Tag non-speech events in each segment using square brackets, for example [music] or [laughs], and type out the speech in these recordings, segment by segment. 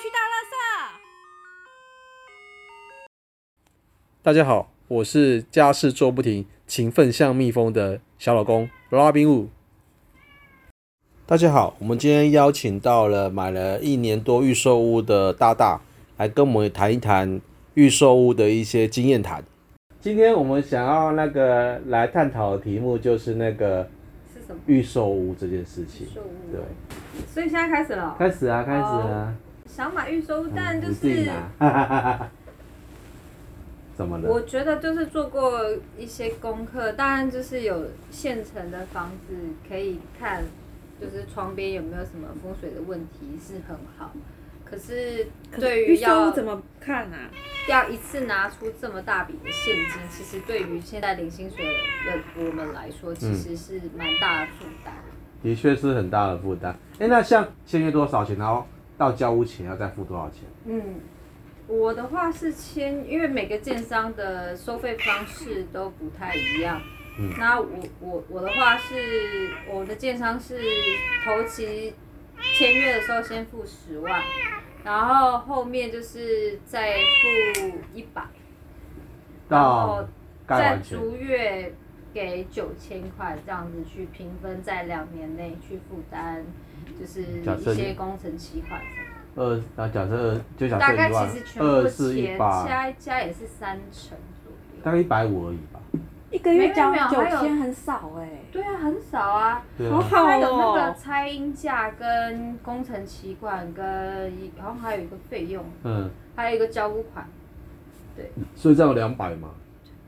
去大垃圾。大家好，我是家事做不停、勤奋像蜜蜂的小老公 Robin Wu。大家好，我们今天邀请到了买了一年多预售屋的大大，来跟我们谈一谈预售屋的一些经验谈。今天我们想要那个来探讨的题目就是那个是什么？预售屋这件事情。售屋对，所以现在开始了哦、开始啊，开始啊，想买预售屋，但哦就你自己是拿， [laughs] 哈哈哈哈怎么了？我觉得就是做过一些功课，当然就是有现成的房子可以看，就是窗边有没有什么风水的问题是很好。可是对预于售要屋怎么看啊？要一次拿出这么大笔的现金，其实对于现在零薪水的我们来说，其实是蛮大的负担。的确是很大的负担。哎、那像签约多少钱，然后到交屋前要再付多少钱？嗯，我的话是签，因为每个建商的收费方式都不太一样。嗯那我我我的话是，我的建商是头期签约的时候先付十万，然后后面就是再付一百，然后到盖再完全逐月给九千块这样子去平分，在两年内去负担，就是假设一你些工程期款什么的二，那假设就假大设概一万其实，全部二的四一钱八，加加也是三成左右。大概一百五而已吧。一个没月有交没有九还有千很少哎、对啊，很少啊。对好啊，好它有那个哦。拆音价、跟工程期管、跟一好像还有一个费用，嗯，还有一个交屋款，所以这样有两百嘛，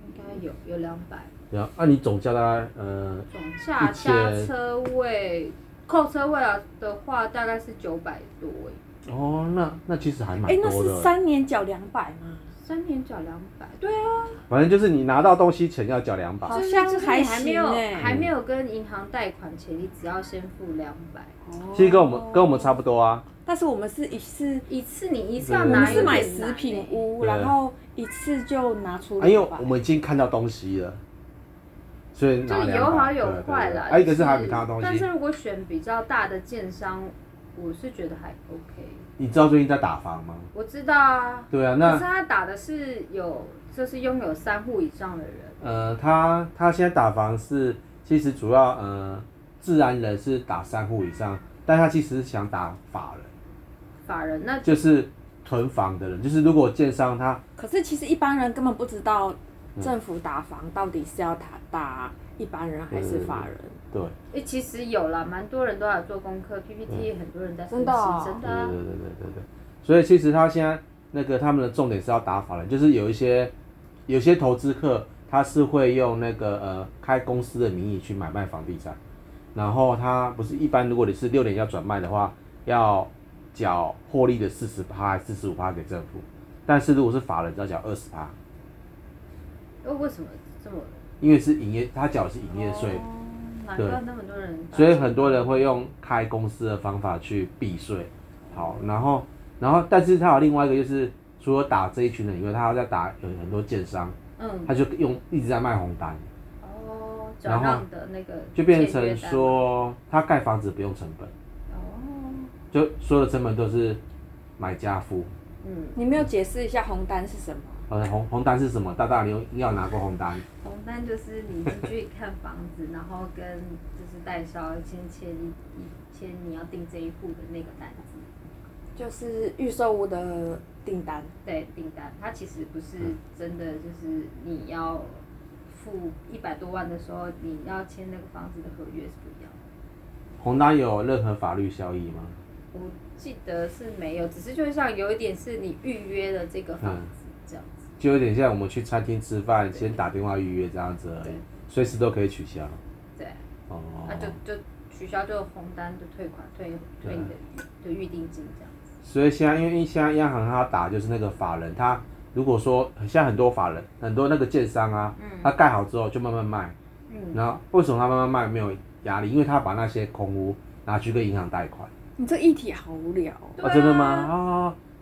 应该有有两百。对啊，那、你总价大概呃总价一加千车位、扣车位啊的话，大概是九百多耶哦，那那其实还蛮哎、那多是的。三年缴两百吗？三年缴两百，对啊，反正就是你拿到东西前要缴两百好，就是像就是哦还你还没有行耶还没有跟银行贷款前，你只要先付两百，其实跟我们跟我们差不多啊。但是我们是一次，一次你一次要对我拿们一是买点十难欸平耶屋，对然后一次就拿出啊，因为两百我。们已经看到东西了，所以拿就200有好有对对对坏啦。啊，一个就是还没看到东但西是。如果选比较大的建商，我是觉得还 OK。你知道最近在打房吗？我知道啊，对啊，可那是他打的是有，就是拥有三户以上的人，呃，他他现在打房是，其实主要呃，自然人是打三户以上，但他其实是想打法人，法人那就是囤房的人，就是如果建商他可是其实一般人根本不知道政府打房到底是要打打一般人还是法人。对，诶、其实有啦，蛮多人都有做功课，PPT 嗯也很多人在分真析，的哦真的对啊、对对对对对，所以其实他现在那个他们的重点是要打法人，就是有一些有些投资客他是会用那个呃开公司的名义去买卖房地产，然后他不是一般如果你是六年要转卖的话，要缴获利的四十趴四十五趴给政府，但是如果是法人只要缴二十趴，呃为什么这么？因为是营业他缴的是营业税，哦难对怪那么多人，所以很多人会用开公司的方法去避税。好，然后，然后，但是他有另外一个就是，除了打这一群人以外，他还在打有很多建商，嗯他就用一直在卖红单，哦，然转后让的那个就变签约成单说他盖房子不用成本，哦，就所有的成本都是买家付。嗯，你没有解释一下红单是什么？呃，红红单是什么？大大，你有你有拿过红单？红单哦就是你进去看房 [laughs] 子，然后跟就是代销先签一一签你要订这一户的那个单子，就是预售屋的订单。对订单，它其实不嗯是真的，就是你要付一百多万的时候，你要签那个房子的合约是不一样的。红单有任何法律效益吗？我记得是没有，只是就像有一点是你预约了这个房子嗯这样子，就有点像我们去餐厅吃饭，先打电话预约这样子而已对，随时都可以取消。对，哦，那就就取消就红单就退款退退你的的预定金这样子。所以现在，因为现在央行它打就是那个法人，它如果说现在很多法人，很多那个建商啊，它盖好之后就慢慢卖，嗯，然后为什么它慢慢卖没有压力？因为它把那些空屋拿去跟银行贷款。啊你这议题好无聊哦、对啊真的吗？啊、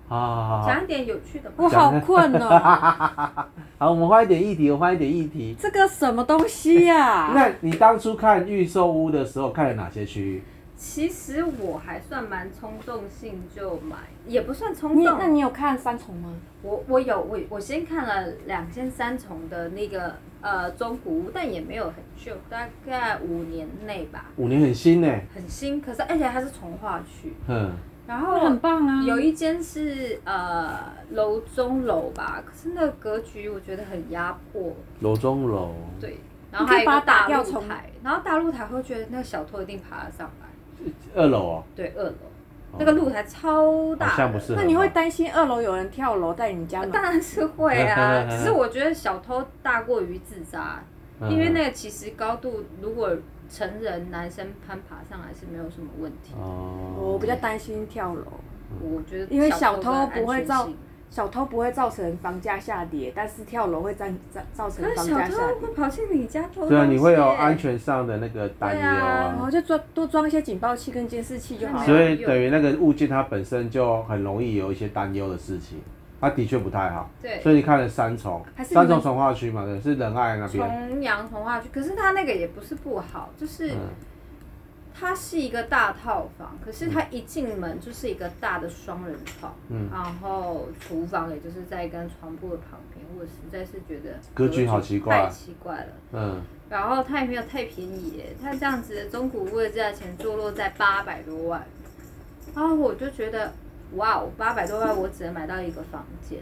好好好好讲一点有趣的吧。我好困 [laughs] 哦、好，我们换一点议题，我们换一点议题。这个什么东西呀、啊那你当初看预售屋的时候看了哪些区域？其实我还算蛮冲动性就买，也不算冲你那动。你有看三重吗？我我有我我先看了两千三重的那个呃中古屋，但也没有很旧，大概五年内吧，五年很新呢，很新。可是而且它是从化区，嗯，然那后很棒啊！有一间是呃楼中楼吧，可是那个格局我觉得很压迫，楼中楼，对。然后你可还以有一把个它打大掉露重台，然后大露台会觉得那个小偷一定爬得上来，二楼哦，对，二楼。哦那个露台超大的，好像不 [laughs] 适合吧。那你会担心二楼有人跳楼在你家呃门？当然是会 [laughs] 啊，只是我觉得小偷大过于自杀，嗯，因为那个其实高度如果成人男生攀爬上来是没有什么问题。哦，我比较担心跳楼。我觉得因为小小偷不会造造，小偷不会造成房价下跌，但是跳楼会造造造成可是房小价下偷跌。会跑进你家偷东西对啊，你会有耶安。全上的那个担忧然啊后，哦就装多装一些警报器跟监视器就好啊了。所以等于那个物件它本身就很容易有一些担忧的事情，它的确不太好。对，所以你看了三重，还是你三们重从化区嘛，对，是仁爱那边，重阳童话区，可是它那个也不是不好，就是嗯它是一个大套房，可是它一进门就是一个大的双人床，嗯然后厨房也就是在跟床铺的旁边，我实在是觉得格局好奇怪太奇怪了。嗯，然后它也没有太便宜耶，它这样子的中古屋的价钱坐落在八百多万，然后我就觉得哇哦，八百多万我只能买到一个房间，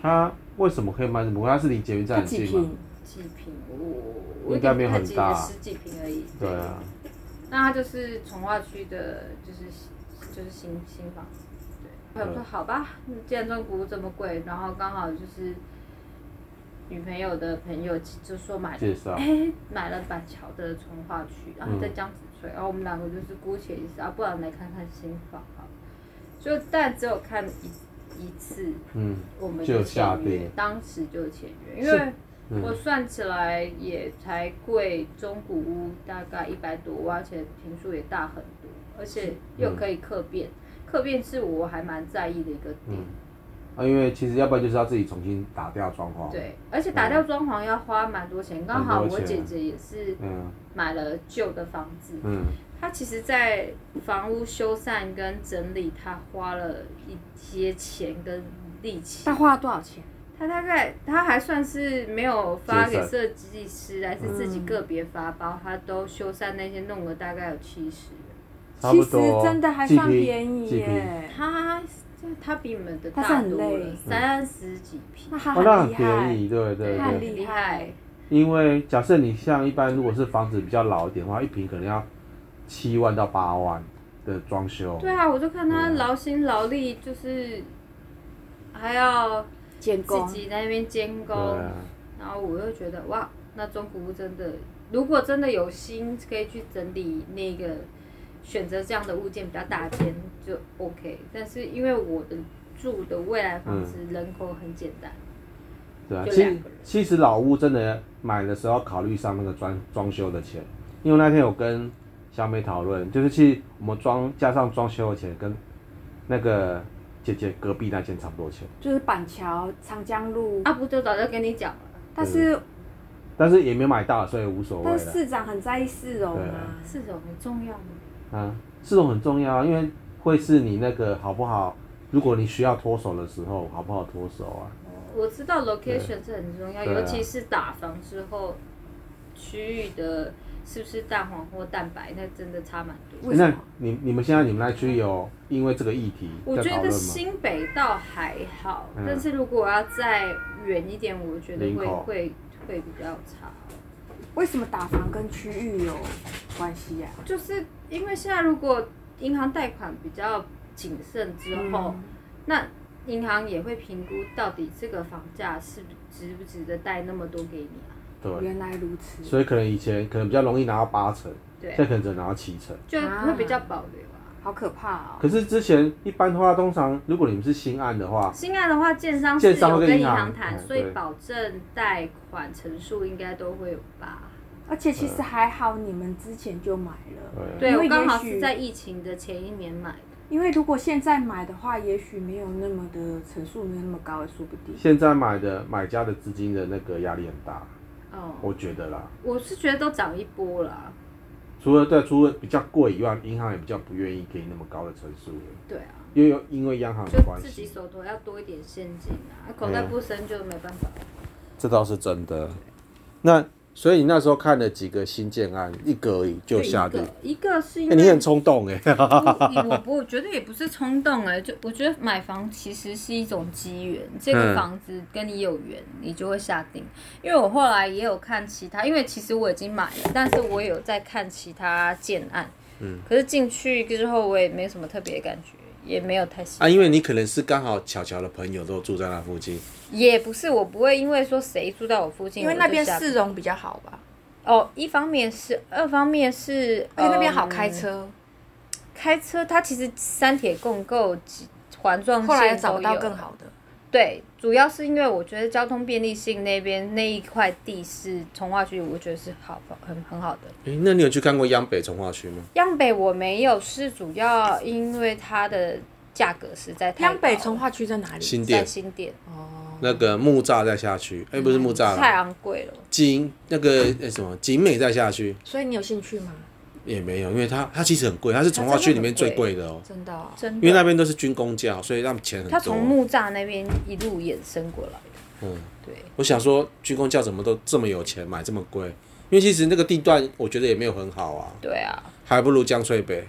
它为什么可以卖这么贵？它是离捷运站它很几近嘛？平？几平我我应该没有很很大十几平而已。对啊，那它就是从化区的，就是就是新新房子。对，我说好吧，嗯既然中古屋这么贵，然后刚好就是女朋友的朋友就说买，介绍哎、买了板桥的从化区，然嗯后在江子翠，然后我们两个就是姑且一试啊，不然来看看新房好了，就但只有看一一次，嗯，我们就下签约定，当时就签约，因是为嗯我算起来也才贵中古屋大概一百多万，而且平数也大很多，而且又可以客变，嗯客变是我还蛮在意的一个点。啊，因为其实要不然就是要自己重新打掉装潢，，对，而且打掉装潢要花蛮多钱，刚好很嗯多我钱姐姐也是嗯买了旧的房子，嗯，她其实，在房屋修缮跟整理，她花了一些钱跟力气。他花了多少钱？他大概他还算是没有发节给省设计师，还是自己嗯个别发包，他都修缮那些弄了大概有七十。差不其实多真的还几算平便宜几平耶。他他比你们的他是大很多了累，三十几平。那他哦，那很很厉害。便宜，对对他很对，厉厉害。因为假设你像一般如果是房子比较老一点的话，一平可能要七万到八万的装修，对啊，我就看他嗯劳心劳力，就是还要建工自己在那边监对工，啊，然后我又觉得哇，那中古屋真的，如果真的有心可以去整理那个选择这样的物件比较大间就 OK，但是因为我的住的未来房子嗯人口很简单，对啊，就其两实个人其实老屋真的买的时候考虑上那个装装修的钱，因为那天有跟小美讨论，就是其实我们装加上装修的钱跟那个姐姐隔壁那间差不多钱，就是板桥长江路，啊不就早就跟你讲了，但是但是也没买到，所以无所谓但了是。市长很在意市容对啊啊。是种很重要吗？啊，这种很重要啊，因为会是你那个好不好？如果你需要脱手的时候，好不好脱手啊？我知道 location 是很重要，对啊尤其是打房之后，区域的是不是蛋黄或蛋白，那真的差蛮多。为什么那你你们现在你们那区有因为这个议题我在觉讨得论吗？新北倒还好，嗯但是如果要再远一点，我觉得林会口会会比较差。为什么打房跟区域有关系啊呀、就是因为现在如果银行贷款比较谨慎之后，嗯那银行也会评估到底这个房价是不值不值得贷那么多给你啊？对，原来如此。所以可能以前可能比较容易拿到八成，对啊现在可能只能拿到七成。就会比较保留啊。好可怕哦！可是之前一般的话，通常如果你们是新案的话，新案的话，建商是建商有会跟跟银银行行谈，嗯所以对保证贷款成数应该都会有吧。而且其实还好，你们之前就买了。对，对，因为我刚好也是许在疫情的前一年买的。因为如果现在买的话，也许没有那么的层数，没有那么高，也说不定。现在买的买家的资金的那个压力很大，哦，我觉得啦，我是觉得都涨一波啦，除了对，啊除了比较贵以外，银行也比较不愿意给你那么高的成数了，对啊，因为有因为央行的就关自己系，手头要多一点现金啊，口袋不深就没办 [laughs] 法。这倒是真的。那所以你那时候看了几个新建案，一个而已就下定，对一个一个是因哎、你为很冲动哎、不我不我觉得也不是冲动哎、就我觉得买房其实是一种机缘，这个嗯房子跟你有缘，你就会下定。因为我后来也有看其他，因为其实我已经买了，但是我也有在看其他建案，嗯，可是进去之后我也没什么特别的感觉，也没有太喜啊，欢。因为你可能是刚好巧巧的朋友都住在那附近，也不是，我不会因为说谁住在我附近，因为那边我就下市容比较好吧，哦，一方面是，二方面是，而且那边好嗯开车，开车它其实三铁共购、几环状后来嗯线找都不到有更好的。对，主要是因为我觉得交通便利性那边那一块地是从化区，我觉得是好很很好的。哎、那你有去看过央北从化区吗？央北我没有，是主要因为它的价格实在太高了。央北从化区在哪里？新在店新店嗯哦，那个木栅再下去，哎、不是木栅太啦，昂贵了，景那个、哎什么景美再下去所以你有兴趣吗？也没有，因为它它其实很贵，它是啊从化区里面最贵的哦、真的哦、真因为那的。边都是军工教，所以他们钱很它多从。木栅那边一路衍生过来的。嗯，对，我想说，军工教怎么都这么有钱，买这么贵？因为其实那个地段我觉得也没有很好啊，对啊。还不如江翠北。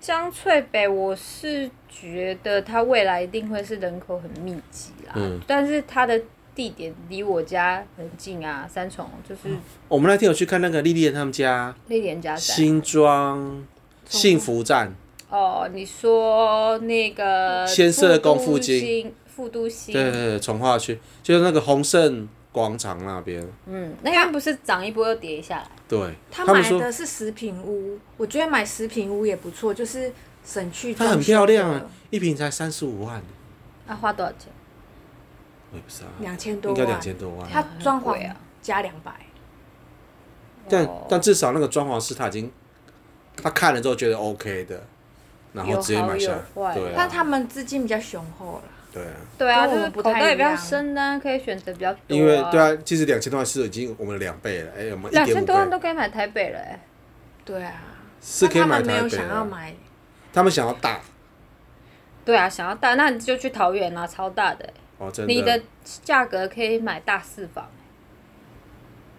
江翠北，我是觉得它未来一定会是人口很密集啦，嗯但是它的地点离我家很近啊，三重就是我们那天有去看那个莉莉安他们家丽莲家在。新庄幸福站，哦，你说那个先社宫附近近，副都新，对对对，从化区就是那个宏盛广场那边。嗯，那边不是涨一波又跌下来，对，他们买说的是食品屋，我觉得买食品屋也不错，就是省去它装修的。很漂亮啊，一瓶才三十五万，那、啊花多少钱？我也不知道，两千多应该万，两千多万。它装很贵潢啊加两百，但哦但至少那个装潢师他已经，他看了之后觉得 OK 的，然后直接买下有来。好有坏对但啊，他们资金比较雄厚了。对啊。对啊，跟就我是们不口太袋也比较一样深呢、可以选择比较多、啊。因为对，啊，其实两千多万是已经我们的两倍了，哎、我们一两点千五多万倍都可以买台北了、欸，对啊，是可以但他买们没台有北想要的。买，他们想要大对啊，想要大，那你就去桃园啊，超大的欸、哦，真你的的。价格可以买大四房，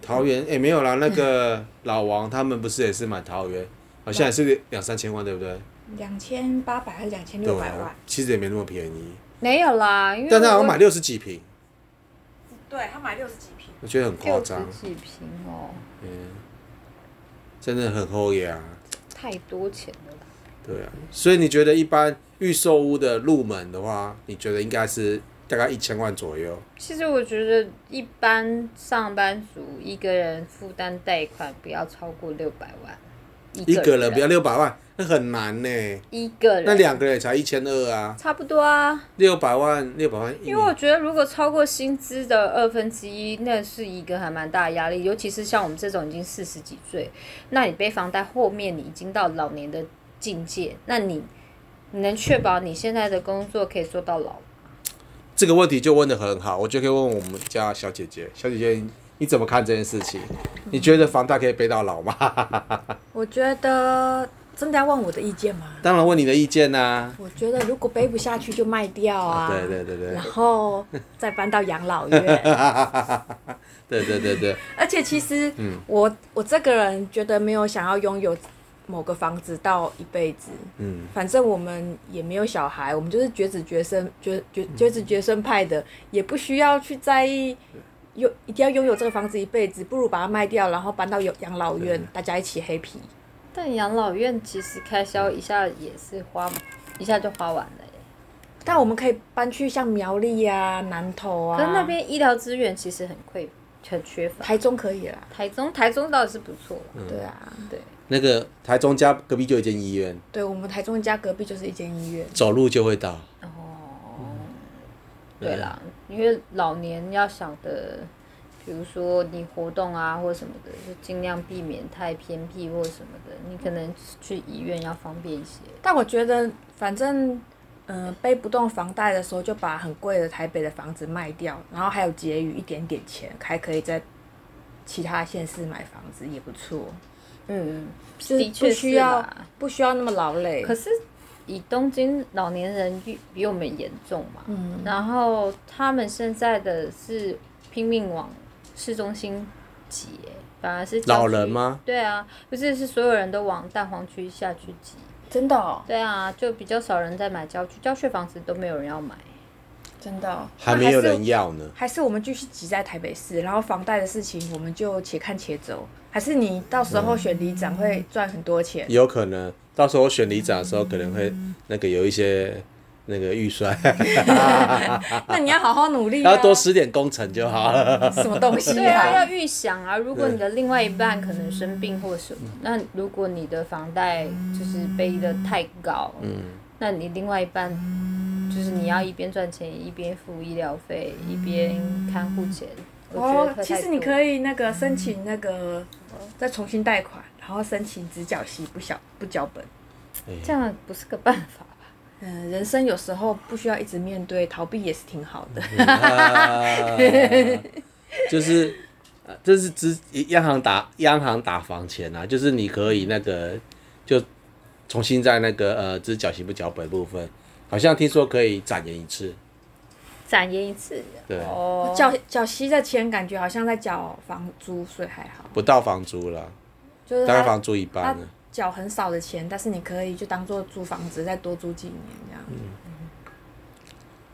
桃园哎、没有啦，那个老王他们不是也是买桃园，好像也是两三千万，对不对？两千八百还是两千对六百啊万？，其实也没那么便宜，没有啦，因为但他好我像买六十几平，对他买六十几平，我觉得很夸六十张，啊几平哦，真的很厚耶啊。太多钱了啦。对啊，所以你觉得一般预售屋的入门的话，你觉得应该是大概一千万左右？其实我觉得，一般上班族一个人负担贷款不要超过六百万，一一个个人不要六百万，那很难呢、一个人，那两个人也才一千二啊，差不多啊。六百万，六百万一因为我年，觉得，如果超过薪资的二分之一，那是一个还蛮大的压力，尤其是像我们这种已经四十几岁，那你背房贷后面你已经到老年的境界，那你你能确保你现在的工作可以做到老吗？这个问题就问的很好，我就可以问我们家小姐姐，小姐姐你你怎么看这件事情？你觉得房贷可以背到老吗？我觉得真的要问我的意见吗？当然问你的意见呐、我觉得如果背不下去就卖掉啊，对对对对然，后再搬到养老 [laughs] 院。对对对对，而且其实嗯我、我这个人觉得没有想要拥有某个房子到一辈子，嗯，反正我们也没有小孩，我们就是绝子绝孙、绝绝嗯绝子绝孙派的，也不需要去在意拥一定要拥有这个房子一辈子，不如把它卖掉，然后搬到养养老院，大家一起黑皮。但养老院其实开销一下也是花，一下就花完了耶。但我们可以搬去像苗栗呀、南投啊，可是那边医疗资源其实很匮，很缺乏。台中可以啦。台中，台中倒是不错了。对啊，对，那个台中家隔壁就有一间医院，对我们台中家隔壁就是一间医院。走路就会到。哦，对啦，因为老年要想的，比如说你活动啊或什么的，就尽量避免太偏僻或什么的。你可能去医院要方便一些。但我觉得，反正，嗯、背不动房贷的时候，就把很贵的台北的房子卖掉，然后还有结余一点点钱，还可以在其他县市买房子，也不错。嗯，就的是确不是需要啦不需要那么劳累。可是以东京老年人比比我们严重嘛，嗯然后他们现在的是拼命往市中心挤耶，反而是郊老区人吗？对啊，不是是所有人都往蛋黄区下去挤。真的、哦，对啊，就比较少人在买郊区，郊区房子都没有人要买。真的、哦，还没有人要呢。还是我们继续挤在台北市，然后房贷的事情我们就且看且走。还是你到时嗯候选里长会赚很多 [laughs] 钱，有可能到时候选里长的时候，可能会那个有一些那个 [laughs] 预算，那你要好好努力、啊。然后多施点工程就 [laughs] 好了。什么东西对啊，啊？要预想啊，如果你的另外一半可能生病或什嗯么，那如果你的房贷就是背的太高，嗯，那你另外一半就是你要一边赚钱一边付医疗费，一边看护钱。我觉得哦会，太其实多你可以那个申请那个再重新贷款，然后申请只缴息不小不缴本。这样不是个办法吧？嗯，人生有时候不需要一直面对，逃避也是挺好的。啊就是呃这是只央行打央行打房钱啊，就是你可以那个就重新在那个呃，只缴息不缴本部分，好像听说可以展延一次。展延一次对，[laughs] 哦，缴缴息的钱感觉好像在缴房租，所以还好。不到房租了，就是大概他房租一半啊他了。缴很少的钱，但是你可以就当做租房子，再多租几年这样。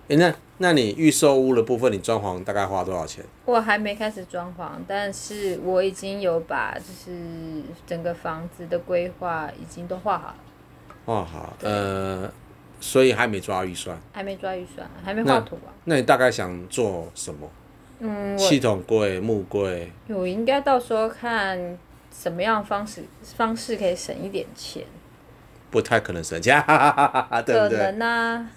哎、那那你预售屋的部分，你装潢大概花多少钱？我还没开始装潢，但是我已经有把就是整个房子的规划已经都画好了，哦，好，呃，所以还没抓预算。还没抓预算，还没画图啊。那你大概想做什么？嗯，系统柜、木柜，我我应该到时候看什么样的方式方式可以省一点钱，不太可能省钱，哈哈哈哈对可不对？能啊，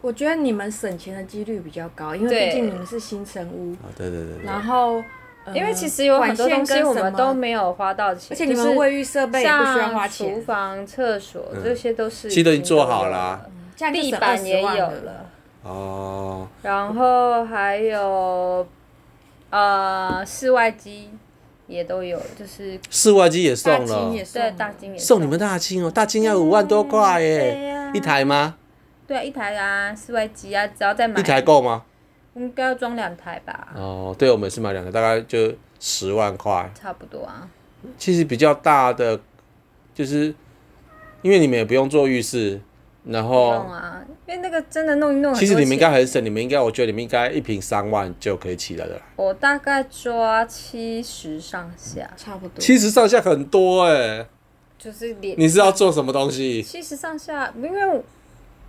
我觉得你们省钱的几率比较高，因为对毕竟你们是新城屋，啊，对对对对。然后、嗯呃因为其实有很多东西我管线们跟什都么没有花到钱，而且你就们是卫浴设备也不需要花像厨钱，房、厕所这些都是嗯其实都已经做都有好了啊这样就地省板也20有万了。哦，然后还有，呃，室外机也都有，就是室外机也大送了金，也送对了，大金也送你们大金哦，大金要五万多块对耶呀，一台吗？对啊，一台啊，室外机啊，只要再买一台够吗？应该要装两台吧，哦，对，我们是买两台，大概就十万块。差不多啊。其实比较大的，就是因为你们也不用做浴室，然不后用啊，因为那个真的弄一弄很多哦其实你们应该钱很省，你们应该，我觉得你们应该一瓶三万就可以起来的啦。我大概抓七十上下，差不多。其实上下很多哎、就是连你是要做什么东西？七十上下，因为我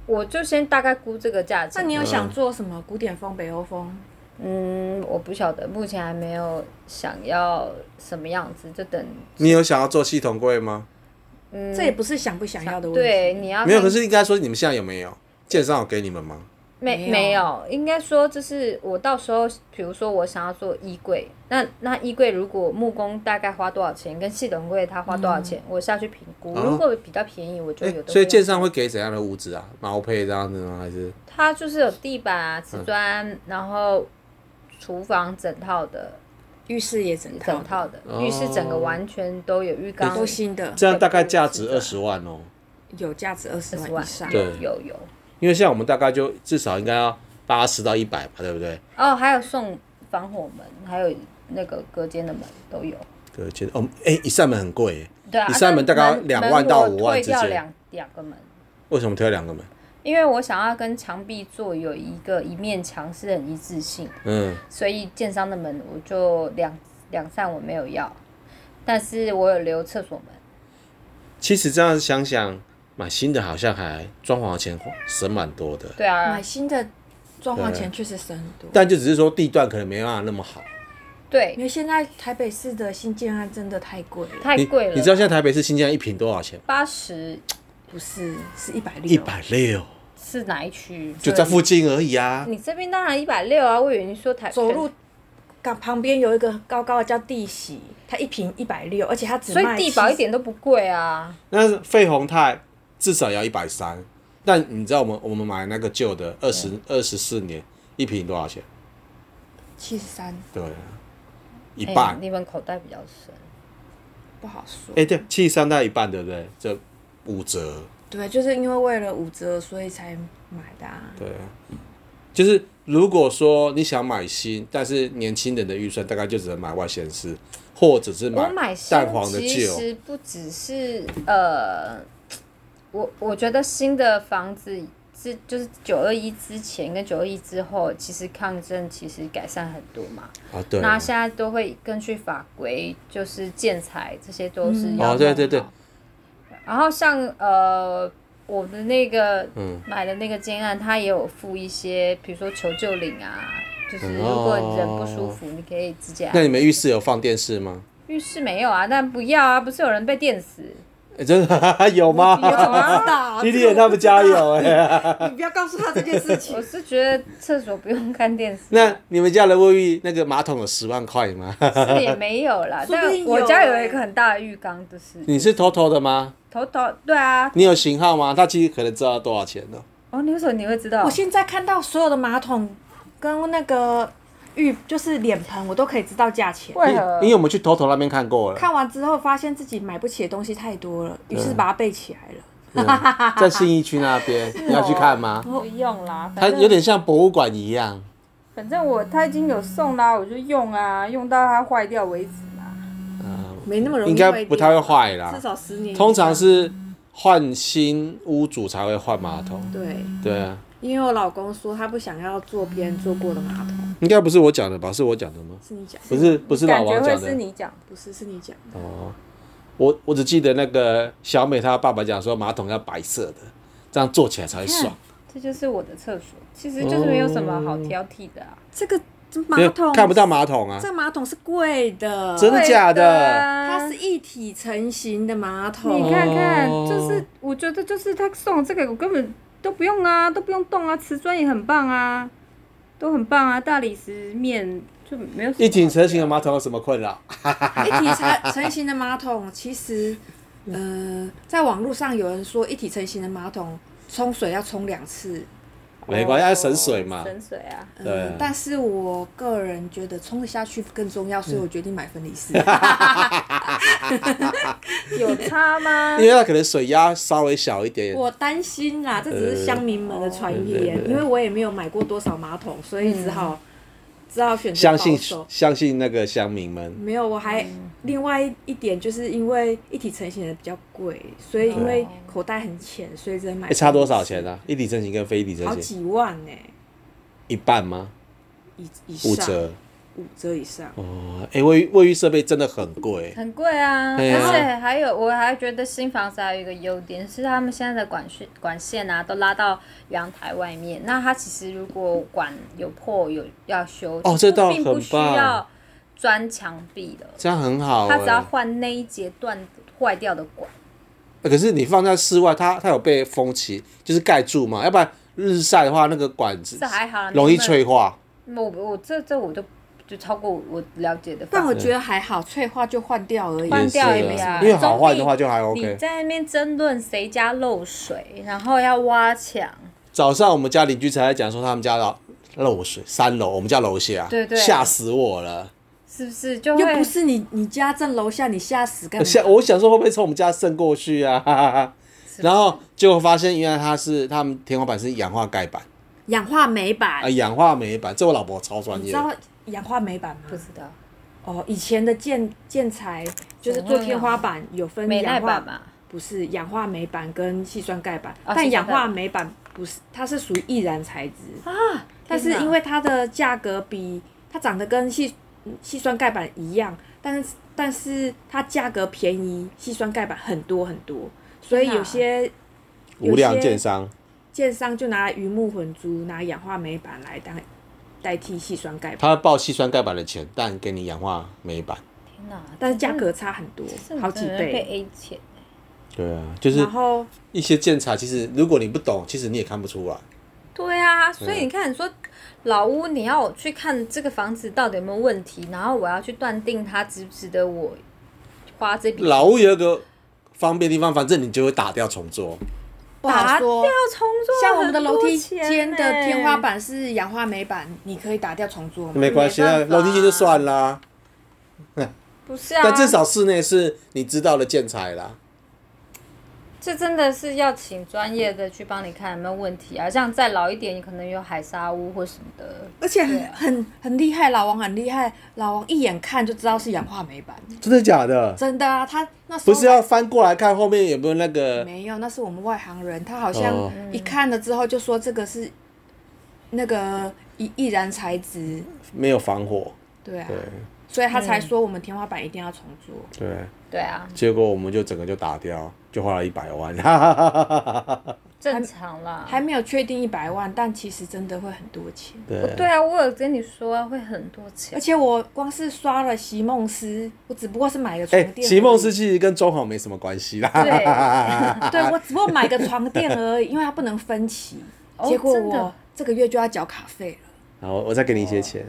我就先大概估这个价那钱。你有想做什么古典风、北欧风？嗯，我不晓得，目前还没有想要什么样子，就等你有想要做系统柜吗？嗯，这也不是想不想要的问题。对，你要没有，看可是应该说你们现在有没有？建商有给你们吗？没没没有有，应该说就是我到时候，比如说我想要做衣柜，那那衣柜如果木工大概花多少钱，跟系统柜它花多少钱，我下去评估，嗯哦如果比较便宜，我就哎、有的会用。所以建商会给怎样的屋子啊？毛坯这样子吗？还是它就是有地板啊、瓷嗯砖，然后厨房整套的、浴室也整套整套的，浴室整个完全都有浴缸，哦都新的，这样大概价值二十万哦、有价值二十20万以上万，。对有有有。因为像我们大概就至少应该要八十到一百吧，对不对？哦，还有送防火门，还有那个隔间的门都有。对，觉得哦，哎、一扇门很贵耶，对啊，一扇门大概门两万到五万门我退之掉间两两个门，为什么挑两个门？因为我想要跟墙壁做有一个一面墙是很一致性，嗯，所以建商的门我就两两扇我没有要，但是我有留厕所门。其实这样想想，买新的好像还装潢的钱省蛮多的，对啊买，新的装潢钱确实省很多，但就只是说地段可能没办法那么好。对因，为现在台北市的新建案真的太贵了，太你贵了。你知道现在台北市新建一平多少钱？八十不是是一百六，一百六，是哪一区？就在附近而已啊。你这边当然一百六啊，我以为你说台走路。港旁边有一个高高的叫地喜，它一平一百六，而且它只所卖以地保一70点都不贵啊。那费宏泰至少也要一百三，但你知道我们我们买那个旧的二嗯十二十四年一平多少钱？七十三，对啊，一哎半。你们口袋比较深。不好说。哎、对，七十三到一半，对不对？这五折，对，就是因为为了五折，所以才买的啊。对，就是如果说你想买新，但是年轻人的预算大概就只能买外县市，或者是我买买新蛋黄的哦其旧。实不只是呃，我我觉得新的房子之就是九二一之前跟九二一之后，其实抗震其实改善很多嘛。啊，对，那现在都会根据法规，就是建材这些都是嗯要、哦，对对对，。然后像呃，我的那个嗯买的那个建案，它也有附一些，比如说求救铃啊，就是嗯如果你人不舒服，你可以直接按。哦那你们浴室有放电视吗？浴室没有啊，但不要啊，不是有人被电死。哎真的 [laughs] 有吗？我啊怎么知道？ [laughs] 弟弟也他们家有哎、 [laughs] 你不要告诉他这件事情 [laughs] 我。是觉得厕所不用看电 [laughs] 视，那你们家的卫浴那个马桶有十万块吗？ [laughs] 是也没有啦。说不但定我有家有欸一个很大的浴缸，就是你是偷偷的吗？头头对啊。你有型号吗？他其实可能知道多少钱呢、哦，你为什么你会知道我？现在看到所有的马桶跟那个浴，就是脸盆，我都可以知道价钱。为何因？为我们去头头那边看过了，看完之后，发现自己买不起的东西太多了，于是把它备起来了。嗯在信义区那边，你要去看吗？不用啦，它反有正点像博物馆一样。反正我他已经有送啦，我就用啊，用到它坏掉为止嘛。啊，没那么容易应坏掉，该不太会坏啦至。少十年以上。通常是换新屋主才会换马桶。对，对啊，因为我老公说他不想要坐别人坐过的马桶，应该不是我讲的吧？是我讲的吗？是你讲，不是，不是老感觉王会讲是的。你讲，不是是你讲的。哦，我我只记得那个小美她爸爸讲说马桶要白色的，这样坐起来才会爽。这就是我的厕所，其实就是没有什么哦好挑剔的啊。这个因马为桶看不到，马桶啊，这马桶是贵的，真的对假啊它是一体成型的马你桶。看看，哦就是我觉得就是他送这个，我根本都不用啊，都不用动啊，瓷砖也很棒啊，都很棒啊，大理石面就没有什么一体成型的马桶有什么困扰？ [laughs] 一体成哎成型的马桶，其实，呃，在网络上有人说一体成型的马桶冲水要冲两次，哦没关系，要省水嘛。省水啊，对啊呃，但是我个人觉得冲得下去更重要，嗯所以我决定买分离 [laughs] 式。有 [laughs] 差吗因？为它可能水压稍微小一点，我担心啦，这只是乡民们的传言，呃因为我也没有买过多少马桶，所以只好、只好选择嗯相保信嗯守。嗯相信那个乡民们，没有，我还、另外一点，就是因为一体成型的比较贵，所以因为口袋很浅，所以只能买、哎、差多少钱？啊？一体成型跟非一体好成型几万呢、一半吗？以以上五，折五折以上。哦，哎、卫浴卫浴设备真的很贵，很贵啊，而对啊且还有，我还觉得新房子还有一个优点是，他们现在的管线管线啊都拉到阳台外面。那它其实如果管有破有要修，哦其这实倒并不很需棒要钻墙壁的，这样很好、它哎。只要换那一节断坏掉的管。呃可是你放在室外，它它有被封起，就是盖住嘛，要不然日晒的话，那个管子这还好啦，容易没那么脆化。我我这这我就就超过我了解的范但围。我觉得还好，脆化就换掉而已。换掉也也没是啥啊，因为好坏的话就还你 OK。在那边争论谁家漏水，然后要挖墙，早上我们家邻居才在讲说他们家老漏水，三楼我们家楼下，啊对对吓死我了。是不是就又会不是你你家正楼下，你吓死干嘛？想呃我想说会不会从我们家渗过去啊？哈哈哈。然后结果发现原来它是他们天花板是氧化盖板氧化镁板，啊，氧化镁板，这我老婆超专你业知的。道氧化镁板吗？不知道哦，以前的建建材就是做天花板有分美耐氧化版，嘛？不是氧化镁板跟细酸钙板，哦但细酸氧钙化镁板不是，它是属于易燃材质啊。但是天哪因为它的价格比它长得跟细嗯细酸钙板一样，但是但是它价格便宜细酸钙板很多很多，所以天哪有些无良有些建商，建商就拿来鱼目混珠，拿氧化镁板来当代替细酸钙板，他报细酸盖板的钱，但给你氧化镁板。天哪，但是价格差很多这，好几真的被倍。 A 钱，对啊，就是然后一些建材，其实如果你不懂，其实你也看不出来。对啊，所以你看，你说老屋，你要我去看这个房子到底有没有问题，然后我要去断定它值不值得我花这笔老屋有一个方便地方，反正你就会打掉重做。不好打说掉，重做，像我们的楼梯欸间的天花。板是氧化镁板，你可以打掉重做吗？没关系，没那办法楼梯间就算啦。不是啊，但至少室内是你知道的建材啦。这真的是要请专业的去帮你看有没有问题啊。像再老一点，你可能有海沙屋或什么的。而且很很很厉害，老王很厉害，老王一眼看就知道是氧化镁板，真的假的？真的啊，他那时候不是要翻过来看后面有没有那个？没有，那是我们外行人，他好像哦一看了之后就说这个是那个易易燃材质，没有防火。对啊，对所以他才说我们天花板一定要重做。对，对啊，结果我们就整个就打掉，就花了一百万，哈哈哈哈哈哈哈。正常啦。还没有确定一百万，但其实真的会很多钱。对对啊，我有跟你说啊，会很多钱而。且我光是刷了席梦思，我只不过是买个床哎，垫。席梦思，其实跟装潢没什么关系啦。啊对对我只不过买个床垫而 [laughs] 已，因为它不能分期。哦结果真的我这个月就要缴卡费了，然后我再给你一些钱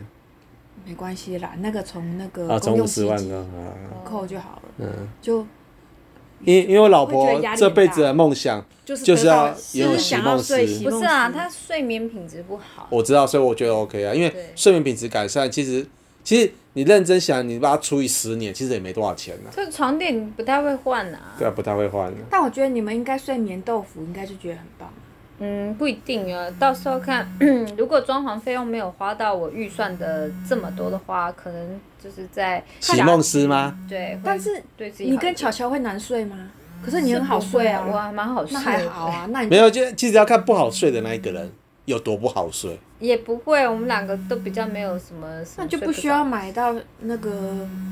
没关系啦，那个从那个啊，哦公总五用十基万金个啊，扣就好了。嗯，就因因为我老会觉婆得压力很大这辈子的梦想就是就得是到要就拥有是席想梦要思睡。席梦不是啊，思他睡眠品质不好。我知道，所以我觉得 OK 啊，因为对睡眠品质改善，其实其实你认真想，你把它除以十年，其实也没多少钱呢、就是床垫你不太会换啊。对啊，不太会换、但我觉得你们应该睡眠豆腐，应该就觉得很棒。嗯，不一定啊，到时候看， [clears throat] 如果装潢费用没有花到我预算的这么多的话，可能就是在席梦思吗？嗯对，会但是对自己你跟巧巧巧会难睡吗？可是你很好睡啊，我还蛮好睡那的，还好啊，那你没有，就其实要看不好睡的那一个人有多不好睡。也不会，我们两个都比较没有什么，什那么就睡不需要着。买到那个，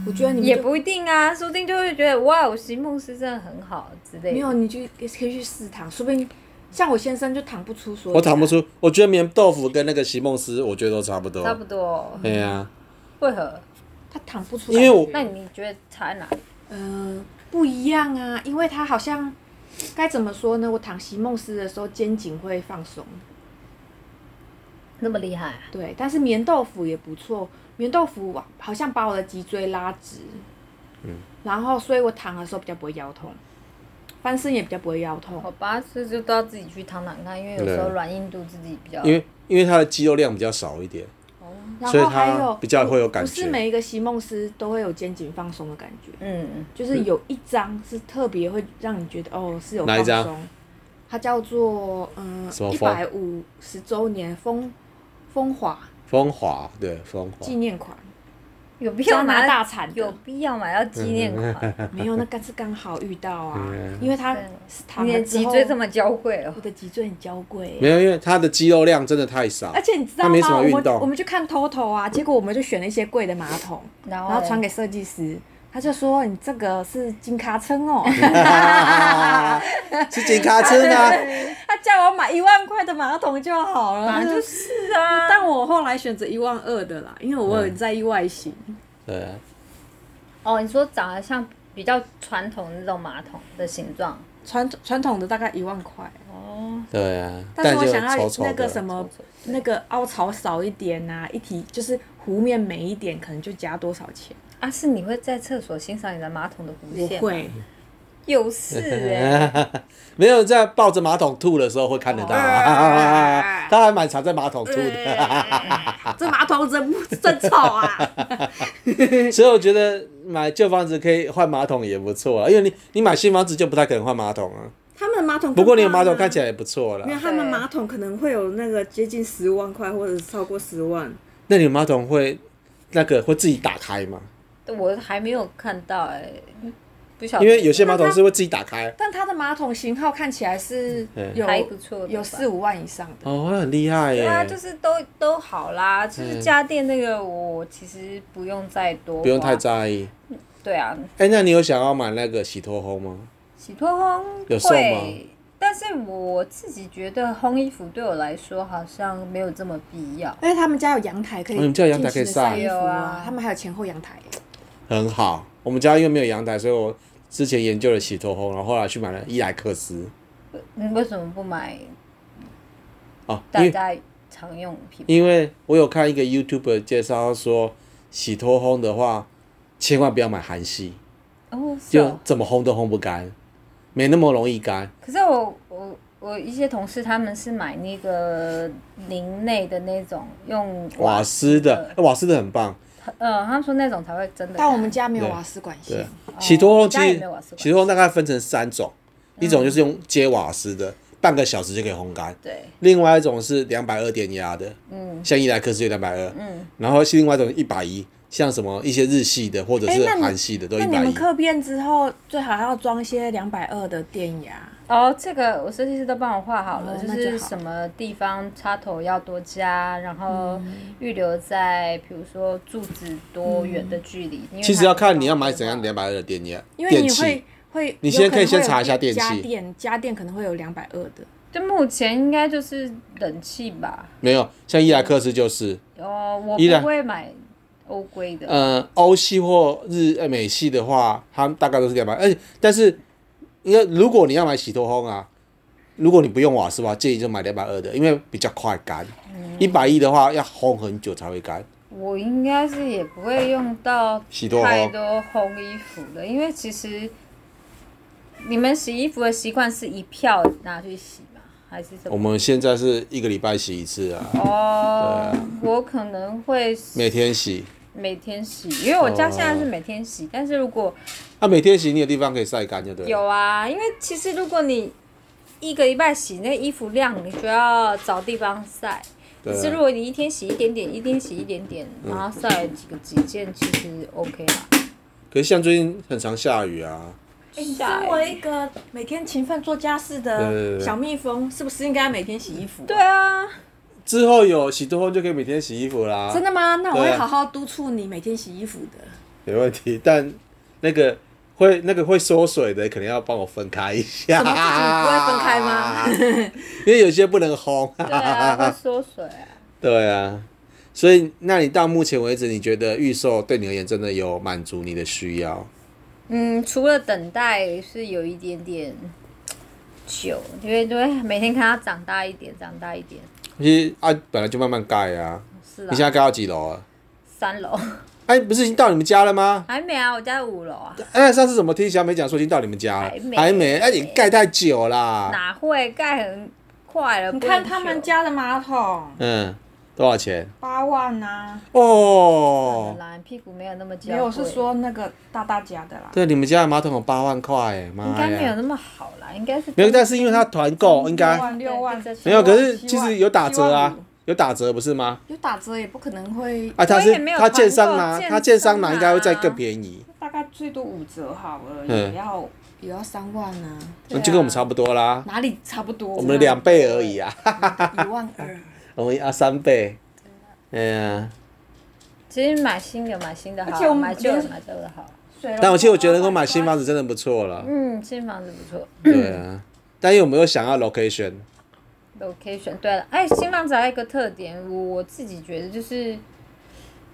我觉得你们也就不一定啊，说不定就会觉得哇，我席梦思真的很好之类的。没有，你就可以去试躺，说不定像我先生就躺不出所以我躺不出，我觉得棉豆腐跟那个席梦思，我觉得都差不多。差不多，对啊呀、为何？他躺不出因感觉，为我那你觉得差在哪里？呃不一样啊，因为他好像该怎么说呢？我躺席梦思的时候肩颈会放松，那么厉害啊、对，但是棉豆腐也不错，棉豆腐好像把我的脊椎拉直，嗯，然后所以我躺的时候比较不会腰痛，翻身也比较不会腰痛哦好，吧，这就都要自己去躺躺看，因为有时候对软硬度自己比较。因为因为它的肌肉量比较少一点，然所以后还它有比较会有感不是觉每一个席梦思都会有肩颈放松的感觉。嗯，就是有一张是特别会让你觉得哦是有哪一放张松，它叫做嗯什么一风百五十周年风风华风华对风华纪念款，有必加要买拿到大产有的，必要买到纪念款？ [laughs] 没有那个是刚好遇到啊嗯，因为它对躺你的了脊之后，椎这么娇贵哦我。的脊椎很娇贵没欸。有，因为它的肌肉量真的太少而。且你知道它吗没什？么我运们动我们去看 TOTO 啊，结果我们就选了一些贵的马桶， [laughs] 然然后后传给设计师，他就说你这个是金卡称 [laughs] 哦， [laughs] 是警卡车 [laughs] 呢？他叫我买一万块的马桶就好了，反正嗯就是啊，但我后来选择一万二的啦，因为我嗯有在意外形。对啊，哦，你说长得像比较传统的那种马桶的形状，传传统的大概一万块，哦，对啊，但是我就想要丑丑那个的什么丑丑那个凹槽少一点呐、一体就是弧面美一点，可能就加多少钱？啊，是你会在厕所欣赏你的马桶的弧我线？，会，有 [laughs] 事哎、没有在抱着马桶吐的时候会看 [laughs] 得到、 [laughs] 啊，他还蛮常在马桶吐的，啊这马桶真不真丑 [laughs] 啊！嗯所以我觉得买旧房子可以换马桶也不错啊，因为你你买新房子就不太可能换马桶啊。他们的马桶，不过你有马桶看起来，来也不错因为啦，他们马桶可能会有那个接近十万块，或者是超过十万。那你马桶会那个会自己打开吗？我还没有看到哎、不哦晓得，因为有些马桶是会自己打开，但它的马桶型号看起来是嗯有还不错的吧有四五万以上的。哦，很厉害对啊，耶就，是都都好啦，就是家电那个我其实不用再多，嗯不用太。在意。对啊，哎，那你有想要买那个洗脱烘吗？洗脱烘有送吗会，但是我自己觉得烘衣服对我来说好像没有这么必要。而且他们家有阳台可以，哦你们家有阳台可以晒啊衣服有啊啊，他们还有前后阳台。很好，我们家因为没有阳台，所以我之前研究了洗脱烘，然后后来去买了伊莱克斯。你嗯为什么不买哦，因大为家常用品牌？因为我有看一个 YouTube 介绍说，洗脱烘的话，千万不要买韩系，哦，是就哦。怎么烘都烘不干，没那么容易干。可是我我我一些同事他们是买那个林内的那种用瓦斯的，，瓦斯的很棒，嗯，他们说那种才会真的改。但我们家没有啊瓦斯管线对，，洗脱我烘哦家也机没有瓦斯，管嗯洗脱烘大概分成三种，一种就是用接瓦斯的，半个小时就可以烘干；对，另外一种是两百二电压的，嗯，像伊莱克斯就两百二，嗯，然后是另外一种一百一，像什么一些日系的或者哎是那你韩系的都那一你百们一。客变之后，最好还要装一些两百二的电压。哦，这个我设计师都帮我画好了，哦就那是就好什么地方插头要多加，然后嗯预留在比如说柱子多远嗯的距离。因为其实它要看你要买怎样两百二的电压，因为电你器会。会，你先有可以能会先有查一下电器家电家电可能会有两百二的，就目前应该就是冷气吧。没有，像伊莱克斯就是，哦，我依然不会买欧规的。呃，欧系或日呃美系的话，它大概都是两百，而且但是，因为如果你要买洗脱烘啊，如果你不用瓦斯的话，建议就买两百二的，因为比较快干。嗯一百一的话要烘很久才会干。我应该是也不会用到洗多烘太多烘衣服的，因为其实你们洗衣服的习惯是一票拿去洗吗？还是什我么？们现在是一个礼拜洗一次啊，哦，我可能会每天洗。每天洗，因为我家现在是每天洗，但是如果那、啊每天洗，你有地方可以晒干就对了。有啊，因为其实如果你一个礼拜洗那衣服晾，你就要找地方晒。对可啊是如果你一天洗一点点，一天洗一点点，然后晒几个几件，其实 OK 啦。可是像最近很常下雨啊，哎下雨一个每天勤奋做家事对对对的对小蜜蜂，是不是应该每天洗衣服？对，啊，之后有洗脱烘就可以每天洗衣服啦。真的吗？那我对会啊好好督促你每天洗衣服的。没问题，但那个会那个会缩水的，可能要帮我分开一下。什么自己不会分开吗？ [laughs] 因为有些不能烘。对啊，会缩水啊。对啊，所以那你到目前为止，你觉得预售对你而言真的有满足你的需要？嗯，除了等待是有一点点久，因为因为每天看它长大一点，长大一点，其实啊，本来就慢慢盖啊。是你啦现，在盖到几楼啊？三楼哎、不是已经到你们家了吗？还没啊，我家五楼啊，哎、上次怎么听小美讲说已经到你们家了？还没还没，哎、你盖太久啦。哪会盖很快了？你不看能他们久家的马桶嗯，多少钱？八万呐、哦，啦，你屁股没有那么娇没贵，有，我是说那个大大家的啦。对，你们家的马桶有八万块，应妈该没有呀！那么嗯好啦，应该是哎没有，但是因为它团购，应六该万六万对对对没有。可是七万其实有打折七啊万五，有打折不是吗？有打折也不可能会，啊，他我是也没有他建团商购拿，建他建商商拿拿应该会再更便宜，大概最多五折好了，嗯也要也要三万啊，那就跟我们差不多啦，哪里差不多？我我们的两倍而已啊， [laughs] 一万二， [laughs] 我们啊三倍，哎呀，其实买新的买新的好，而且我们买旧的连买旧的好。但我其实我觉得能够买新房子真的不错了，嗯，新房子不错对啊，但因为我们又想要 location， ，location。对了，哎，新房子还有一个特点，我我自己觉得就是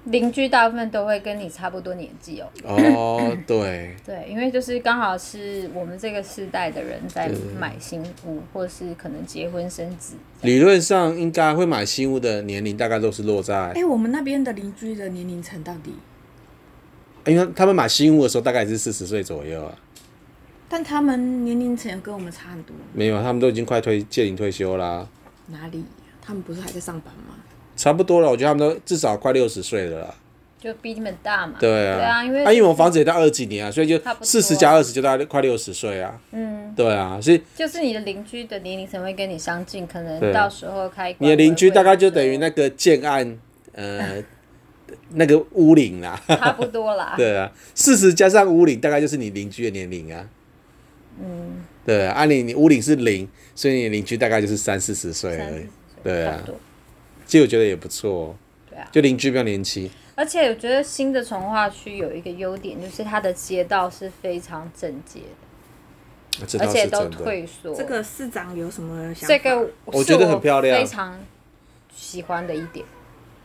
邻居大部分都会跟你差不多年纪哦。哦，对，对，因为就是刚好是我们这个世代的人在嗯买新屋，或是可能结婚生子。理论上应该会买新屋的年龄大概都是落在哎、，我们那边的邻居的年龄层到底？因为他们买新屋的时候大概也是四十岁左右啊，但他们年龄层跟我们差很多，没有，他们都已经快退届龄退休啦，哪里、他们不是还在上班吗？差不多了，我觉得他们都至少快六十岁了啦。就比你们大嘛，对啊，啊，因为因为我们房子也到二几年啊，所以就差不多四十加二十就大概快六十岁啊。嗯，对啊，所以就是你的邻居的年龄层会跟你相近，可对能到时候开你的邻居大概就等于那个建案，呃，那个屋龄啦。[laughs] 个差不多啦，对啊，四十加上屋龄，大概就是你邻居的年龄啊。嗯，对啊，按、你你屋龄是零，所以你邻居大概就是三四十岁三而十已岁。对差啊不，多。其实我觉得也不错、哦。对啊就邻居比较年轻。而且我觉得新的从化区有一个优点，就是它的街道是非常整洁的，啊这倒而是且都真的退缩。这个市长有什么想法？这个我是觉得很漂亮非常喜欢的一点。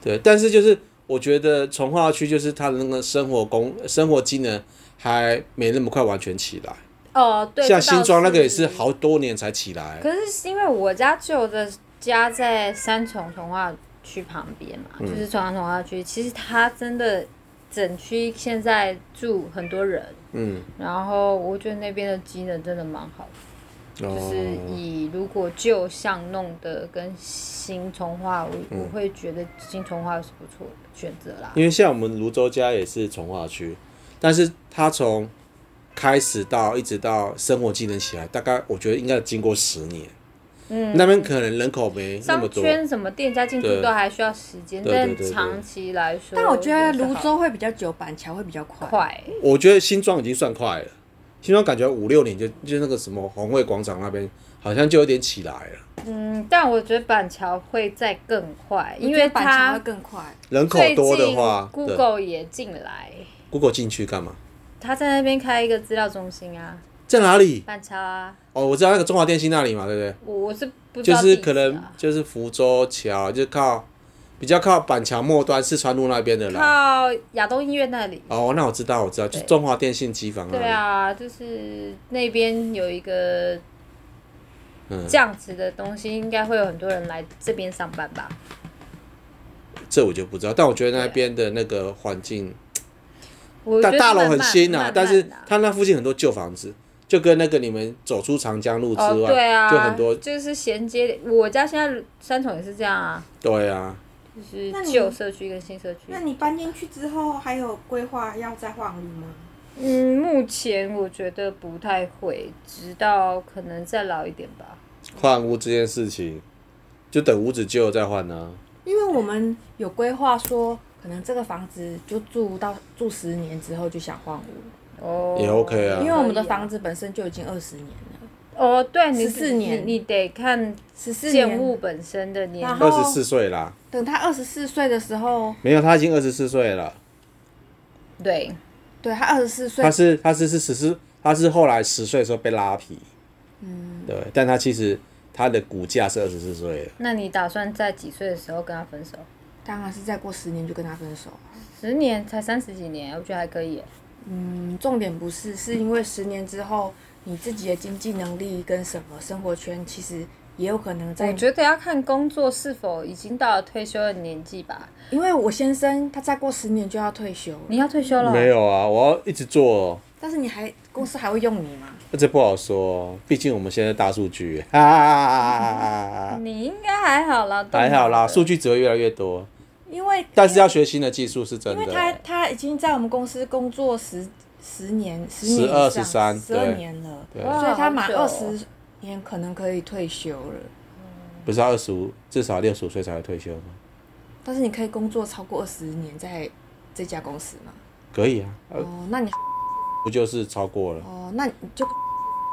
对，但是就是我觉得从化区就是它的那个生活功生活机能还没那么快完全起来，哦，对，像这倒新庄那个也是。好多年才起来。可是因为我家旧的家在三重从化区旁边嘛，嗯就是从化从化区，其实它真的整区现在住很多人，嗯，然后我觉得那边的机能真的蛮好的。哦就是以如果旧巷弄的跟新从化，我、我会觉得新从化是不错的选择啦。嗯因为像我们泸州家也是从化区，但是它从开始到一直到生活技能起来，大概我觉得应该经过十年。嗯，那边可能人口没那么商多，圈什么店家进驻对都还需要时间，对对对但对长期来说，但我觉得泸是好州会比较久，板桥会比较快。快，我觉得新庄已经算快了。新庄感觉五六年就就那个什么红会广场那边好像就有点起来了，嗯，但我觉得板桥会再更快，我因觉得为板桥会它更快。人口最多近的话对 Google 也进来， Google 进去干嘛？他在那边开一个资料中心啊，在哪里？板桥啊，哦，我知道那个中华电信那里嘛，对不对？我我是不知就道是地址啊可能就是福州桥，就靠比较靠板桥末端四川路那边的啦。靠亚东医院那里。哦，那我知道，我知道，就对中华电信机房那对里。啊，就是那边有一个嗯这样子的东西，应该会有很多人来这边上班吧？这我就不知道，但我觉得那边的那个环境，我觉大得大楼慢慢很新啊慢慢，但是啊它那附近很多旧房子，就跟那个你们走出长江路之哦，对外，啊，就很多，就是衔接。我家现在三重也是这样啊，对啊，就是那你旧社区跟新社区。那你搬进去之后，还有规划要再换屋吗？嗯，目前我觉得不太会，直到可能再老一点吧。换屋这件事情，就等屋子旧再换啊。因为我们有规划说，可能这个房子就住到住十年之后就想换屋，哦，也 OK 啊因为我们的房子子本身就已经二十年了，哦，对，你14年你，你得看十四建物年。本身的年然龄后二十四岁啦，等他二十四岁的时候，没有，他已经二十四岁了。对，对他二十四岁他，是他是是十四，他是后来十岁的时候被拉皮，嗯，对，但他其实他的骨架是二十四岁的，那你打算在几岁的时候跟他分手？当然是再过十年就跟他分手。十年才三十几年，我觉得还可以耶。嗯，重点不是，是因为十年之后你自己的经济能力跟什么生活圈，其实也有可能在我觉得要看工作是否已经到了退休的年纪吧。因为我先生他再过十年就要退休了，你要退休了？没。有啊，我要一直做、哦，但是你还公司还会用你吗？这不好说、哦，毕竟我们现在大数据，哈哈哈哈哈哈，你应该还好啦，啊还好啦，动数脑的据只会越来越多，因为但是要学新的技术是真因为他的，欸他已经在我们公司工作十十年，十年以12上13十二对年了，对哇所以他满好二久哦十年可能可以退休了。不是二十五，至少六十五岁才会退休吗？但是你可以工作超过二十年在这家公司吗？可以啊，呃哦，那你不就是超过了？哦，那你就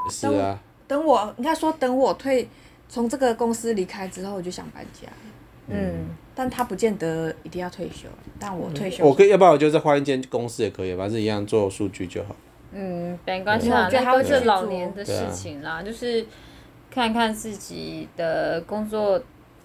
是啊，等我，应该说等我退从这个公司离开之后，我就想搬家。嗯，但他不见得一定要退休，但我退休，我可以，要不然我就再换一间公司也可以，反正一样做数据就好。嗯，没关系啦，对啊那都对是啊老年的事情啦，就是看看自己的工作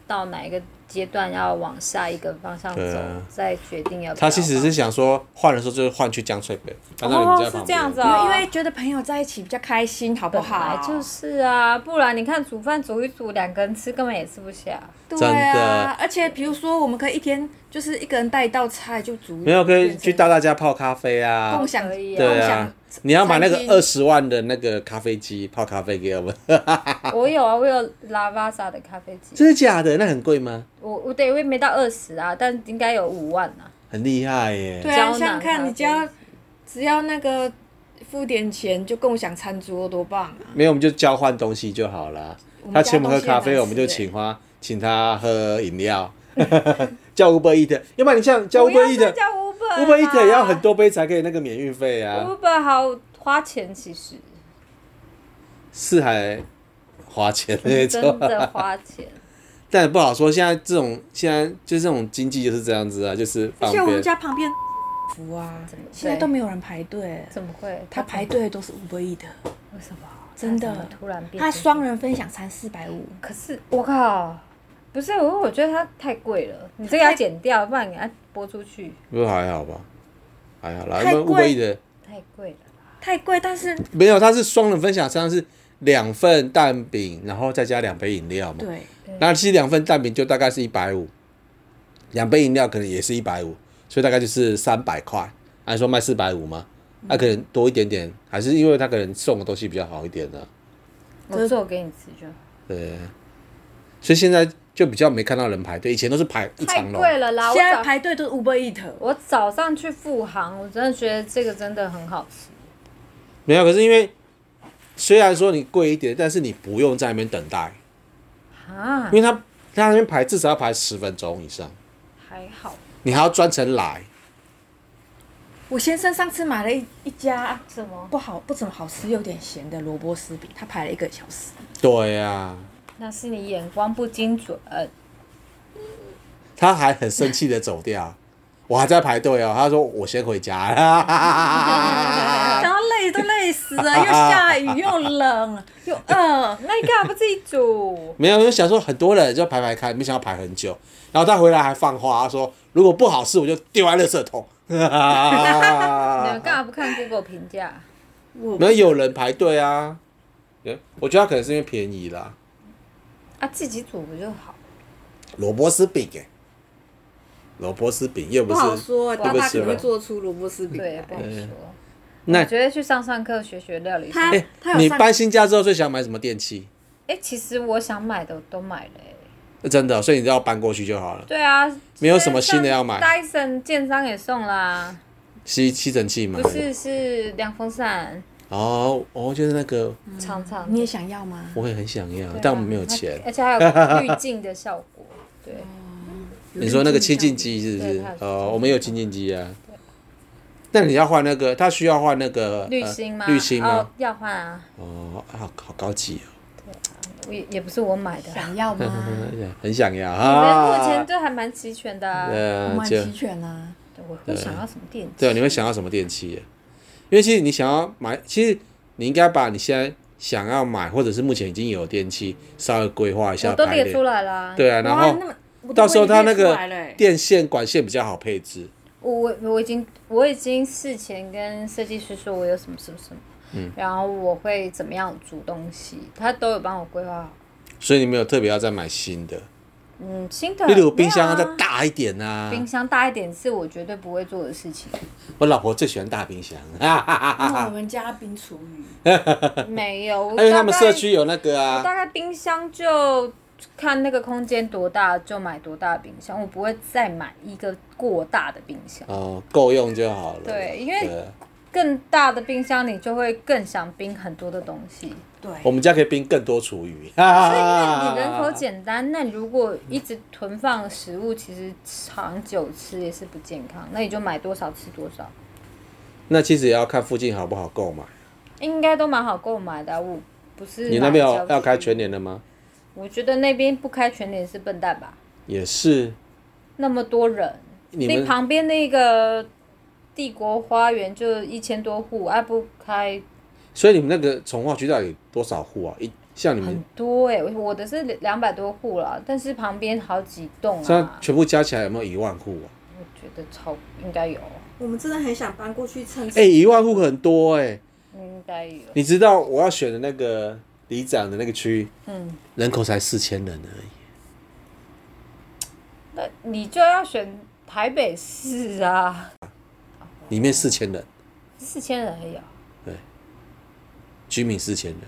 到哪一个阶段要往下一个方向对走啊，再决定要不要吧。他其实是想说，换的时候就是换去江翠北，反正你在旁边。哦是这样子因哦为因为觉得朋友在一起比较开心，好不本好来？就是啊，不然你看煮饭煮一煮，两个人吃根本也吃不下。对真啊的，而且比如说，我们可以一天就是一个人带一道菜就煮，没有可以去大大家泡咖啡啊共，享，可以啊对共啊享。，你要买那个餐厅二十万的那个咖啡机泡咖啡给我们，我有啊，我有拉瓦萨的咖啡机，真的假的？那很贵吗？我我对我也没到二十啊，但应该有五万啊。很厉害耶！对胶啊，囊想想咖看，啡你只要只要那个付点钱就共享餐桌，多棒啊！没有我们就交换东西就好了我。们他请我们喝交换咖东西也欸啡，蛮我们就实惠请他请他喝饮料， [laughs] 叫 Uber Eat，要不然你像叫不要 Uber 再 Eat。叫 Uber Uber Eat 也要啦很多杯才可以那个免运费啊， Uber 好花钱，其实是还花钱的那 [laughs] 真种。啊的花钱。但也不好说，现在这种现在就这种经济就是这样子啊，就是而方且我们便。家旁边服啊怎么，现在都没有人排队，怎么会？他排队都是五倍一的，为什么？真的他怎么突然变成？他双人分享餐四百五，可是我靠，不是我，我觉得它太贵了，你这个要剪掉，不然给它播出去不过还好吧，还好啦，因太为贵 Uber Eat 的太贵了。太贵，但是没有，它是双人分享，实际上是两份蛋饼，然后再加两杯饮料嘛。对，那其实两份蛋饼就大概是一百五，两杯饮料可能也是一百五，所以大概就是三百块。按说卖四百五吗？那、可能多一点点，还是因为他可能送的东西比较好一点呢、啊我做给你吃就好。对，所以现在就比较没看到人排队，以前都是排一太长龙。贵了啦！我现在早排队都是 Uber Eat，我早上去富航，我真的觉得这个真的很好吃。没有，可是因为虽然说你贵一点，但是你不用在那边等待，啊因，为他他那边排至少要排十分钟以上，还好，你还要专程来。我先生上次买了一一家怎么？不好不怎么好吃又有点咸的萝卜丝饼，他排了一个小时。对呀、啊，那是你眼光不精准。啊他还很生气的走掉，我还在排队哦。他说我先回家啊啦。然后累都累死了，又下雨又冷又饿，那你干嘛不自己煮？ [laughs] 没有，就想说很多人就排排看，没想到排很久。然后他回来还放话，他说如果不好吃我就丢在垃圾桶。 [laughs] 啊你们干嘛不看 Google 评价？我没有有人排队啊。对我觉得他可能是因为便宜啦，啊，自己煮不就好？萝卜丝饼哎，萝卜丝饼又不不好是，说，会大不会大吃可能吧会做出萝卜丝饼对，来。不好说。那我觉得去上上课学学料理。他哎、哎他，有你上搬新家之后最想买什么电器？其实我想买的我都买了、欸。真的，所以你只要搬过去就好了。对啊，没有什么新的要买像，Dyson 建商也送啦，吸吸尘器嘛，不是是凉风扇，哦哦，就是那个，长长的嗯你也想要吗？我也很想要，对啊但我们没有钱。而且还 [laughs] 有滤镜的效果。对，你说那个清净机是不对是它有？哦，我们有清净机啊。那你要换那个，他需要换那个滤呃芯吗？滤芯哦吗？，要换啊，哦，啊好好高级哦，我也也不是我买的啦，想要 [laughs] 吗？嗯很想要我啊。们目前就还蛮齐全的啊。我呃，蛮就齐全啊，对我会想要什么电对，啊器？你会想要什么电器？因为其实你想要买，其实你应该把你现在想要买，或者是目前已经有的电器稍微规划一我下都排列出列。来啦。对啊，然哇，后那么我都到时候它那不会列个出来了欸电线管线比较好配置。我我我已经我已经事前跟设计师说我有什么什么什么，嗯然后我会怎么样煮东西，他都有帮我规划好。所以你没有特别要再买新的，嗯，新的 [laughs] 例如冰箱要没再有啊大一点啊。冰箱大一点是我绝对不会做的事 [laughs] 情，我老婆最喜欢大冰 [laughs] 箱，啊嗯那我们家冰厨余，哎没有。我 [laughs] 还有他们大概社区有那个大啊，概冰箱就看那个空间多大就买多大的冰箱，我不会再买一个过大的冰箱。哦，够用就好了。对因为对更大的冰箱你就会更想冰很多的东西。对，我们家可以冰更多厨余。 [laughs] 所以哈因为你 [laughs] 人口简单，那你如果一直囤放食物，其实长久吃也是不健康。那你就买多少吃多少，那其实也要看附近好不好购买。应该都蛮好购买的啊、我不是你那边买有郊要开区全年的吗？我觉得那边不开全脸是笨蛋吧？也是，那么多人，你那们旁边那个帝国花园就一千多户，啊不开所以你们那个从化区到底有多少户啊？一像你很们多哎、我的是两百多户啦，但是旁边好几栋这样啊，全部加起来有没有一万户啊？我觉得超应该有，我们真的很想搬过去蹭吃。哎、一万户很多哎、应该有。你知道我要选的那个里长的那个区，嗯，人口才四千人而已。那你就要选台北市啊，里面四千人，四千人而已、啊，居民四千人，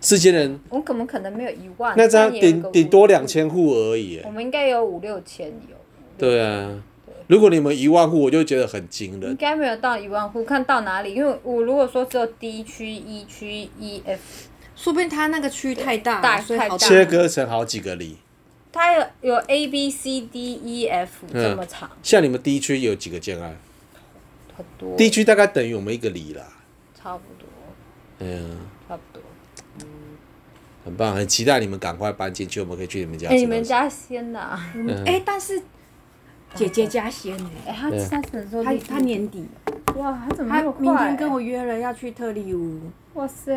四千人，我们可不可能没有一万？那这样但也有个顶顶多五两，千户而已我耶。们应该有五六千有。对啊，如果你们一万户，我就觉得很惊应人。该没有到一万户，看到哪里？因为我如果说只有 D 区、E 区、E、F，说不定他那个区太大了，大所以好太大切割成好几个里，它有有 A B C D E 嗯 F 这么长，像你们地区有几个建案？很多，地区大概等于我们一个里啦。差不多，哎呀，差不多。很棒，很期待你们赶快搬进去，我们可以去你们家吃哎、东西。你们家先啊呐、哎、但是姐姐家先呢、嗯哎、他对三十的时候她就她年底，哇，他怎么她那么快、明天跟我约了要去特利屋，哇塞，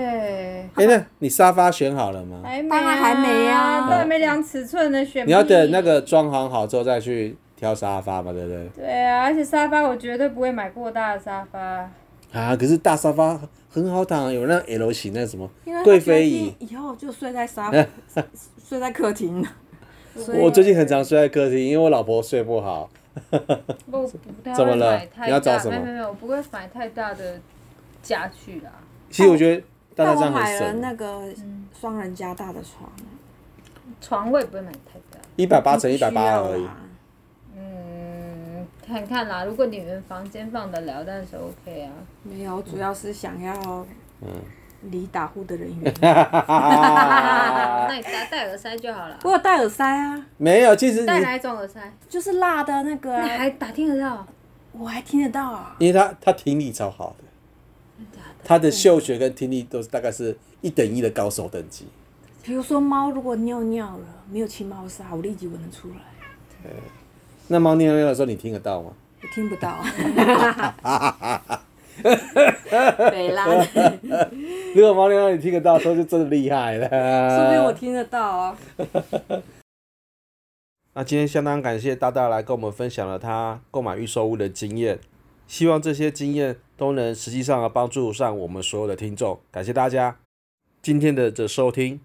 哎、那你沙发选好了吗？还没、当然还没啊都还没量尺寸呢，选你要屁等那个装潢好之后再去挑沙发嘛，对不对？对啊，而且沙发我绝对不会买过大的沙发，啊，可是大沙发很好躺，有那 L 型那什么因为他贵妃哎决椅定。以后就睡在沙啊发，睡在客 [laughs] 厅了。所以我最近很常睡在客厅，因为我老婆睡不好。不我不太怎么会了买太你要找大什么没有没有，我不会买太大的家具啦。啊其实我觉得大家但这我样买很了省。啊那个双人加大的床，床位不会买太大，一百八乘一不需百八要而已啦。嗯，看看啦。如果你们房间放得了，但是 OK 啊。没有，主要是想要嗯离打呼的人远。啊 [laughs] 那你戴戴耳塞就好了， [laughs] 我有戴耳塞啊，没有，其实你戴哪一种耳塞？就是辣的那个、那啊，还打听得到？我还听得到啊。因为他他听力超好的，他的嗅觉跟听力都是大概是一等一的高手等级。比如说猫如果尿尿了，没有清猫砂，我立即闻得出来，那猫尿尿的时候你听得到吗？ [laughs] 我听不到。北 [laughs] 啦，如果猫尿尿你听得到的时候，就真的厉害了。说明我听得到啊。那今天相当感谢大大来跟我们分享了他购买预售屋的经验，希望这些经验都能实际上的帮助上我们所有的听众。感谢大家今天的这收听，